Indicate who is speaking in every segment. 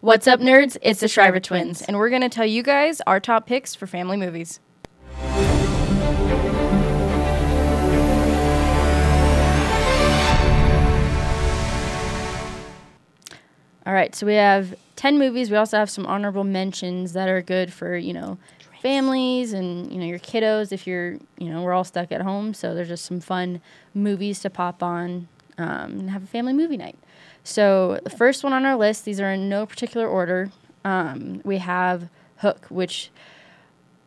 Speaker 1: What's up, nerds? It's the Shriver Twins, and we're going to tell you guys our top picks for family movies. All right, so we have 10 movies. We also have some honorable mentions that are good for, you know, families and, you know, your kiddos if you're, you know, we're all stuck at home. So there's just some fun movies to pop on um, and have a family movie night. So the first one on our list, these are in no particular order. Um, we have Hook, which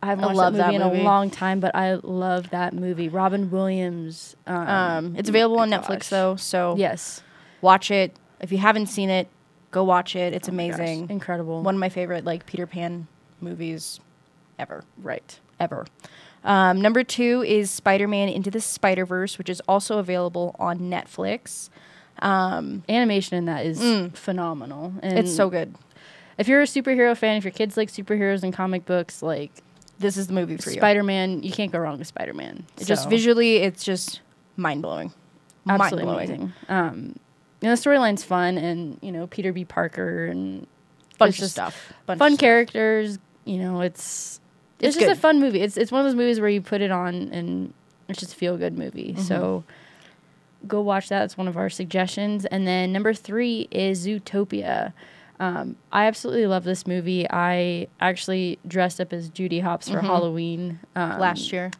Speaker 1: I haven't
Speaker 2: I
Speaker 1: watched
Speaker 2: love
Speaker 1: that
Speaker 2: that
Speaker 1: movie in a
Speaker 2: movie.
Speaker 1: long time, but I love that movie. Robin Williams. Um,
Speaker 2: Um, it's available on Netflix
Speaker 1: gosh.
Speaker 2: though, so
Speaker 1: yes.
Speaker 2: watch it. If you haven't seen it, go watch it. It's
Speaker 1: Gosh,
Speaker 2: amazing.
Speaker 1: incredible.
Speaker 2: One of my favorite like Peter Pan movies ever.
Speaker 1: right.
Speaker 2: ever. Um, number two is Spider Man Into the Spider Verse, which is also available on Netflix. Um,
Speaker 1: Animation in that is phenomenal. And
Speaker 2: Mm. it's so good.
Speaker 1: If you're a superhero fan, if your kids like superheroes and comic books, like
Speaker 2: This is the movie for
Speaker 1: Spider Man, you can't go wrong with Spider Man.
Speaker 2: you. It's Just visually, it's just mind blowing.
Speaker 1: absolutely amazing. Um, and the storyline's fun, and you know Peter B. Parker and
Speaker 2: Bunch
Speaker 1: it's
Speaker 2: of
Speaker 1: just
Speaker 2: stuff. Bunch
Speaker 1: fun
Speaker 2: of stuff.
Speaker 1: characters. You know, it's it's,
Speaker 2: It's
Speaker 1: just
Speaker 2: good.
Speaker 1: a fun movie. It's it's one of those movies where you put it on and it's just a feel good movie. So go watch that. It's one of our suggestions. And then number three is Zootopia. Um, I absolutely love this movie. I actually dressed up as Judy Hopps for Halloween um,
Speaker 2: Last year,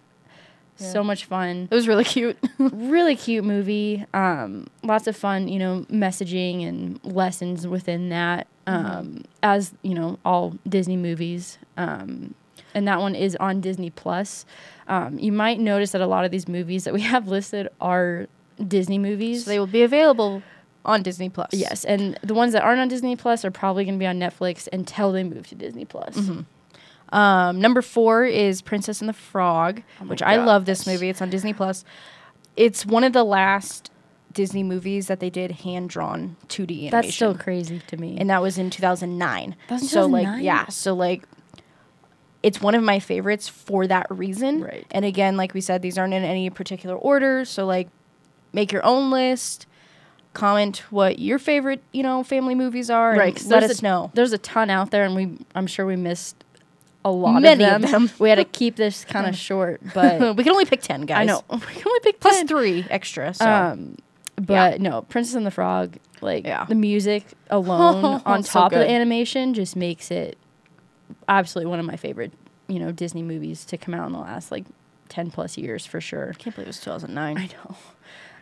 Speaker 1: So much fun
Speaker 2: it was really cute.
Speaker 1: really cute movie. Um, lots of fun, you know, messaging and lessons within that. Um,
Speaker 2: Mm-hmm.
Speaker 1: as you know, all Disney movies. Um, and that one is on Disney Plus. Um, you might notice that a lot of these movies that we have listed are Disney movies.
Speaker 2: so they will be available on Disney Plus.
Speaker 1: yes, and the ones that aren't on Disney Plus are probably going to be on Netflix until they move to Disney Plus.
Speaker 2: Mm-hmm. Um, number four is Princess and the Frog, which I love this
Speaker 1: Oh gosh.
Speaker 2: movie. It's on Disney Plus. It's one of the last Disney movies that they did hand drawn 2D animation.
Speaker 1: That's so crazy to me.
Speaker 2: and that was in 2009.
Speaker 1: That was in
Speaker 2: so
Speaker 1: 2009?
Speaker 2: like yeah, so like it's one of my favorites for that reason.
Speaker 1: Right.
Speaker 2: And again, like we said, these aren't in any particular order, so like make your own list. Comment what your favorite, you know, family movies are. and
Speaker 1: right 'cause
Speaker 2: let
Speaker 1: there's
Speaker 2: us
Speaker 1: a-
Speaker 2: know.
Speaker 1: there's a ton out there and we i'm sure we missed a lot
Speaker 2: Many
Speaker 1: of,
Speaker 2: of
Speaker 1: them.
Speaker 2: them.
Speaker 1: we had to keep this kind of short but
Speaker 2: we can only pick ten, guys.
Speaker 1: i know we can only pick
Speaker 2: Plus
Speaker 1: 10.
Speaker 2: three extra. So
Speaker 1: um but no princess and the frog like
Speaker 2: Yeah.
Speaker 1: the music alone on
Speaker 2: So
Speaker 1: top of
Speaker 2: good.
Speaker 1: the animation just makes it absolutely one of my favorite you know disney movies to come out in the last like 10 plus years for sure
Speaker 2: can't believe it was 2009.
Speaker 1: i know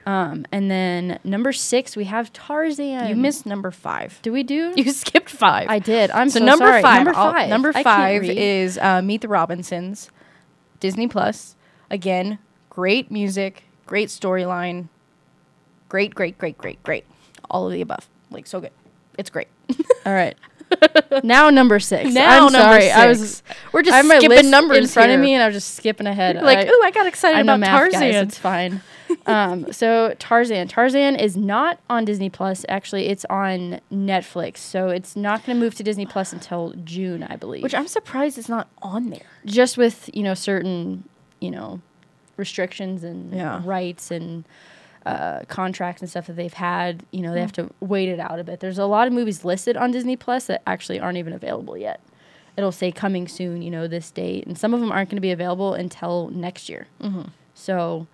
Speaker 1: um and then number six we have tarzan
Speaker 2: you missed number five.
Speaker 1: do we do
Speaker 2: You skipped five.
Speaker 1: i did i'm
Speaker 2: so,
Speaker 1: so,
Speaker 2: number,
Speaker 1: sorry.
Speaker 2: Five,
Speaker 1: number
Speaker 2: I'll-
Speaker 1: five
Speaker 2: number
Speaker 1: I can't
Speaker 2: five
Speaker 1: read.
Speaker 2: is uh, Meet the Robinsons, Disney Plus. Again, great music, great storyline, great, great, great, great, great. All of the above. Like so good. It's great.
Speaker 1: All right. now number six.
Speaker 2: Now
Speaker 1: I'm
Speaker 2: number
Speaker 1: sorry. I
Speaker 2: six.
Speaker 1: was
Speaker 2: We're
Speaker 1: I had
Speaker 2: just
Speaker 1: my list
Speaker 2: skipping numbers
Speaker 1: in front
Speaker 2: here.
Speaker 1: of me, and I was just skipping ahead.
Speaker 2: Like,
Speaker 1: I,
Speaker 2: ooh, I got excited
Speaker 1: I'm a
Speaker 2: about
Speaker 1: math guy, so
Speaker 2: Tarzan.
Speaker 1: it's fine. um, so Tarzan. Tarzan is not on Disney Plus. Actually, it's on Netflix. So it's not going to move to Disney Plus until June, I believe.
Speaker 2: Which I'm surprised it's not on there.
Speaker 1: just with you know certain you know restrictions and
Speaker 2: Yeah.
Speaker 1: rights and uh, contracts and stuff that they've had you know
Speaker 2: Hmm.
Speaker 1: they have to wait it out a bit there's a lot of movies listed on disney plus that actually aren't even available yet it'll say coming soon you know this date and some of them aren't going to be available until next year so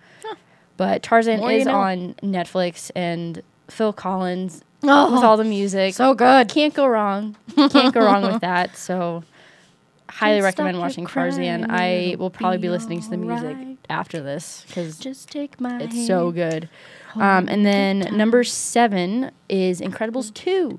Speaker 1: but tarzan
Speaker 2: Mm-hmm. More you
Speaker 1: is
Speaker 2: know.
Speaker 1: on netflix and phil collins
Speaker 2: Oh,
Speaker 1: with all the music
Speaker 2: so good.
Speaker 1: can't go wrong can't go wrong with that so highly
Speaker 2: Can't stop
Speaker 1: recommend
Speaker 2: your
Speaker 1: watching
Speaker 2: crying,
Speaker 1: Tarzan. I
Speaker 2: it'll
Speaker 1: will probably
Speaker 2: be
Speaker 1: be listening to the music
Speaker 2: alright.
Speaker 1: after this because
Speaker 2: Just Oh, take my
Speaker 1: it's so good. Um, and then number seven is Incredibles 2.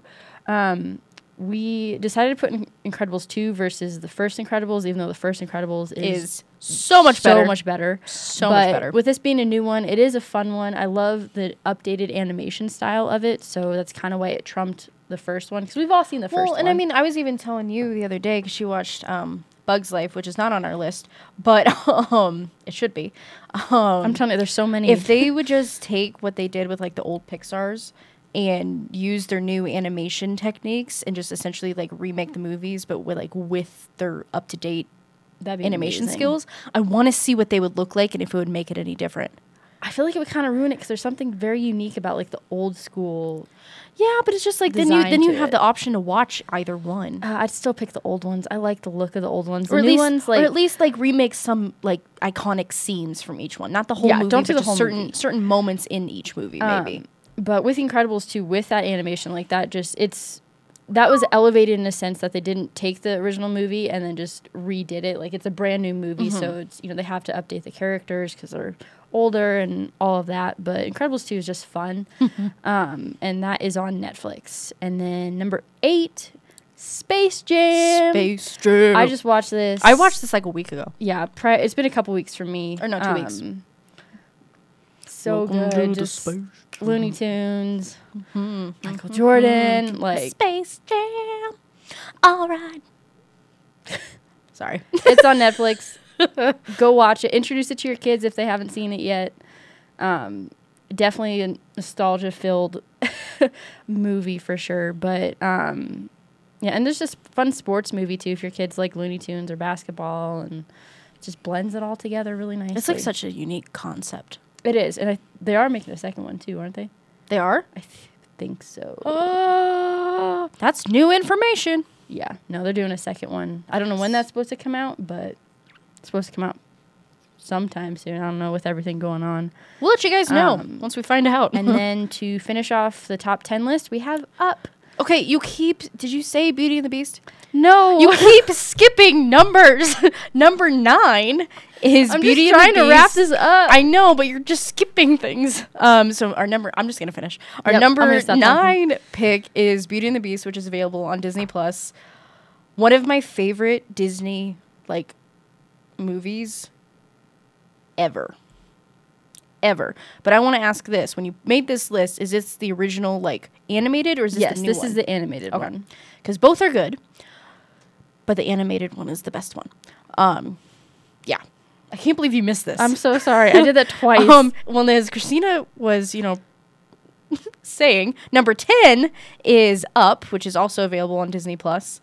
Speaker 1: Um, we decided to put in- Incredibles 2 versus the first Incredibles, even though the first Incredibles is,
Speaker 2: is so much better.
Speaker 1: So much better.
Speaker 2: So much
Speaker 1: But
Speaker 2: better.
Speaker 1: With this being a new one, it is a fun one. I love the updated animation style of it. So that's kind of why it trumped the first one because we've all seen the first
Speaker 2: Well,
Speaker 1: one.
Speaker 2: and I mean, I was even telling you the other day because she watched um, Bugs Life, which is not on our list, but um, it should be. Um,
Speaker 1: I'm telling you, there's so many.
Speaker 2: if they would just take what they did with like the old Pixar's and use their new animation techniques and just essentially like remake the movies, but with like with their up to date
Speaker 1: That'd be
Speaker 2: animation
Speaker 1: amazing.
Speaker 2: skills, I want to see what they would look like and if it would make it any different.
Speaker 1: I feel like it would kind of ruin it because there's something very unique about like the old school.
Speaker 2: Yeah, but it's just like then you
Speaker 1: Design
Speaker 2: then you
Speaker 1: to
Speaker 2: have
Speaker 1: it.
Speaker 2: the option to watch either one.
Speaker 1: Uh, I'd still pick the old ones. I like the look of the old ones. The
Speaker 2: or at
Speaker 1: new
Speaker 2: least,
Speaker 1: ones,
Speaker 2: or
Speaker 1: like
Speaker 2: at least like remake some like iconic scenes from each one, not the whole
Speaker 1: Yeah,
Speaker 2: movie.
Speaker 1: don't do
Speaker 2: but
Speaker 1: the
Speaker 2: just
Speaker 1: whole
Speaker 2: certain
Speaker 1: movie.
Speaker 2: certain moments in each movie,
Speaker 1: um,
Speaker 2: maybe.
Speaker 1: But with Incredibles 2, with that animation, like that, just it's that was elevated in a sense that they didn't take the original movie and then just redid it. Like it's a brand new movie,
Speaker 2: Mm-hmm.
Speaker 1: so it's you know they have to update the characters because they're older and all of that. But Incredibles 2 is just fun,
Speaker 2: Mm-hmm.
Speaker 1: um, and that is on Netflix. And then number eight, Space Jam.
Speaker 2: Space Jam.
Speaker 1: I just watched this.
Speaker 2: I watched this like a week ago.
Speaker 1: Yeah, pri- it's been a couple weeks for me. Um,
Speaker 2: Or no, two weeks.
Speaker 1: So good. Just Looney Tunes, Michael Jordan, like
Speaker 2: Hmm, mm-hmm. Space Jam. All right. Sorry.
Speaker 1: it's on Netflix. Go watch it. Introduce it to your kids if they haven't seen it yet. Um, definitely a nostalgia filled movie for sure. But um, yeah, and there's just fun sports movie too if your kids like Looney Tunes or basketball and just blends it all together really nicely.
Speaker 2: It's like such a unique concept.
Speaker 1: It is, and I, they are making a second one too, aren't they?
Speaker 2: They are.
Speaker 1: I th- think so. Uh,
Speaker 2: Oh, that's new information.
Speaker 1: Yeah, no, they're doing a second one. I don't know when that's supposed to come out, but it's supposed to come out sometime soon. I don't know with everything going on.
Speaker 2: We'll let you guys know
Speaker 1: Um,
Speaker 2: once we find out.
Speaker 1: And then to finish off the top 10 list, we have Up.
Speaker 2: okay, you keep. Did you say Beauty and the Beast?
Speaker 1: No.
Speaker 2: You keep skipping numbers. Number nine is
Speaker 1: I'm
Speaker 2: Beauty
Speaker 1: just trying
Speaker 2: and the
Speaker 1: to wrap
Speaker 2: Beast.
Speaker 1: this up.
Speaker 2: I know, but you're just skipping things. Um, so our number, I'm just gonna finish. Our
Speaker 1: Yep, I'm
Speaker 2: number
Speaker 1: gonna stop talking.
Speaker 2: nine pick is Beauty and the Beast, which is available on Disney Plus. One of my favorite Disney like movies ever, ever. But I want to ask this: When you made this list, is this the original like animated, or is this
Speaker 1: yes,
Speaker 2: the new
Speaker 1: this
Speaker 2: one?
Speaker 1: is the animated
Speaker 2: Okay.
Speaker 1: one.
Speaker 2: Because both are good, but the animated one is the best one. Um, yeah. I can't believe you missed this.
Speaker 1: I'm so sorry. I did that twice.
Speaker 2: Um, well, as Christina was, you know, saying, number 10 is Up, which is also available on Disney Plus.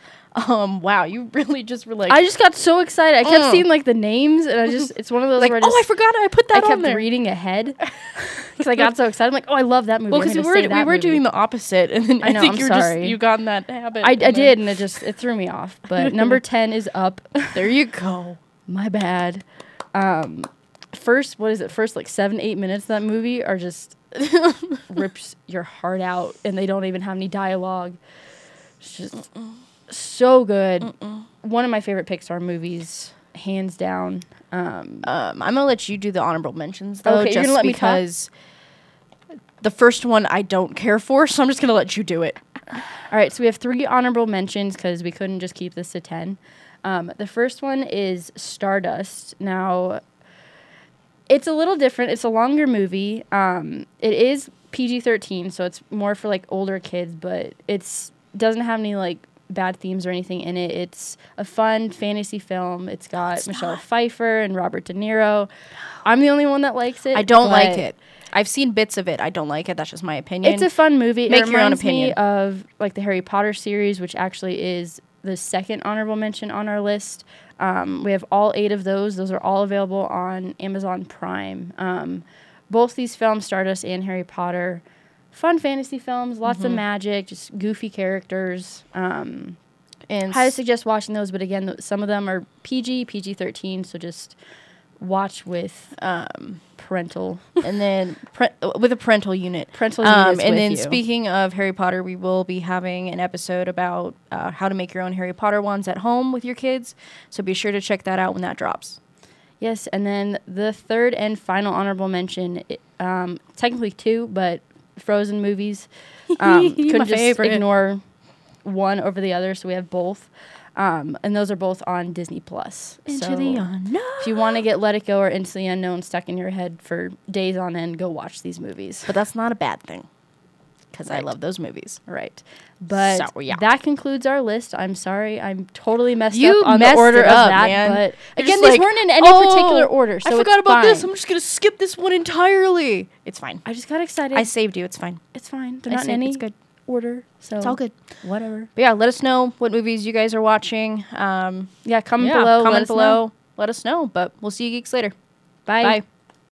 Speaker 2: Um, wow, you really just were like,
Speaker 1: I just got so excited. I kept
Speaker 2: Mm.
Speaker 1: seeing like the names, and I just, it's one of those
Speaker 2: like,
Speaker 1: where I
Speaker 2: oh, I
Speaker 1: just,
Speaker 2: forgot I put that
Speaker 1: I
Speaker 2: on
Speaker 1: kept
Speaker 2: there.
Speaker 1: reading ahead because I got so excited. I'm like, oh, I love that movie.
Speaker 2: well,
Speaker 1: I'm
Speaker 2: because we
Speaker 1: gonna say
Speaker 2: were, we
Speaker 1: that
Speaker 2: were
Speaker 1: movie.
Speaker 2: doing the opposite, and then I,
Speaker 1: I know,
Speaker 2: think
Speaker 1: I'm
Speaker 2: you're
Speaker 1: sorry.
Speaker 2: just you got in that habit.
Speaker 1: I, I
Speaker 2: and then-
Speaker 1: did, and it just it threw me off. But number ten is up.
Speaker 2: There you go.
Speaker 1: My bad. Um, first, what is it? First, like seven, eight minutes of that movie are just rips your heart out, and they don't even have any dialogue. It's just so good. One of my favorite Pixar movies, hands down. Um,
Speaker 2: Um, I'm gonna let you do the honorable mentions though,
Speaker 1: Okay,
Speaker 2: just
Speaker 1: you're gonna let me talk?
Speaker 2: because the first one I don't care for, so I'm just gonna let you do it.
Speaker 1: all right, so we have three honorable mentions because we couldn't just keep this to ten. Um, the first one is Stardust. Now, it's a little different. It's a longer movie. Um, it is PG thirteen, so it's more for like older kids, but it's doesn't have any like bad themes or anything in it. It's a fun fantasy film. It's got Michelle Pfeiffer and Robert De Niro. I'm the only one that likes it.
Speaker 2: I don't like
Speaker 1: but
Speaker 2: it. I've seen bits of it. I don't like it. That's just my opinion.
Speaker 1: It's a fun movie.
Speaker 2: Make
Speaker 1: it
Speaker 2: your own
Speaker 1: reminds me
Speaker 2: opinion.
Speaker 1: of like the Harry Potter series, which actually is the second honorable mention on our list. Um, we have all eight of those. Those are all available on Amazon Prime. Um, both these films, Stardust and Harry Potter, fun fantasy films, lots
Speaker 2: Mm-hmm.
Speaker 1: of magic, just goofy characters. Um,
Speaker 2: and
Speaker 1: highly suggest watching those, but again, th- some of them are PG, PG 13, so just watch with
Speaker 2: um,
Speaker 1: parental.
Speaker 2: and then pre- with a parental unit.
Speaker 1: Parental
Speaker 2: Um,
Speaker 1: units
Speaker 2: and
Speaker 1: with
Speaker 2: then
Speaker 1: you.
Speaker 2: speaking of Harry Potter, we will be having an episode about uh, how to make your own Harry Potter wands at home with your kids. So be sure to check that out when that drops.
Speaker 1: Yes, and then the third and final honorable mention, i- um, technically two, but Frozen movies. Um,
Speaker 2: My
Speaker 1: couldn't just
Speaker 2: favorite.
Speaker 1: ignore one over the other, so we have both, um, and those are both on Disney Plus. so
Speaker 2: unknown.
Speaker 1: if you want to get Let It Go or Into the Unknown stuck in your head for days on end, go watch these movies.
Speaker 2: But that's not a bad thing because I
Speaker 1: Right.
Speaker 2: love those movies.
Speaker 1: Right, but
Speaker 2: So, yeah.
Speaker 1: that concludes our list. I'm sorry, I'm totally messed
Speaker 2: You
Speaker 1: up on
Speaker 2: messed
Speaker 1: the order
Speaker 2: it
Speaker 1: of
Speaker 2: up,
Speaker 1: that.
Speaker 2: man.
Speaker 1: But
Speaker 2: You're
Speaker 1: again,
Speaker 2: just
Speaker 1: these
Speaker 2: like,
Speaker 1: weren't in any particular
Speaker 2: "Oh,
Speaker 1: order, so
Speaker 2: I forgot
Speaker 1: it's
Speaker 2: about this.
Speaker 1: fine."
Speaker 2: I'm just gonna skip this one entirely. It's fine.
Speaker 1: I just got excited.
Speaker 2: I saved you. It's fine.
Speaker 1: It's fine. They're
Speaker 2: I
Speaker 1: not in
Speaker 2: said
Speaker 1: any
Speaker 2: it's good.
Speaker 1: order. So
Speaker 2: It's all good.
Speaker 1: Whatever.
Speaker 2: But yeah, let us know what movies you guys are watching. Um,
Speaker 1: Yeah, comment
Speaker 2: yeah,
Speaker 1: below.
Speaker 2: Comment
Speaker 1: let us know.
Speaker 2: below. Let us know. But we'll see you geeks later. Bye.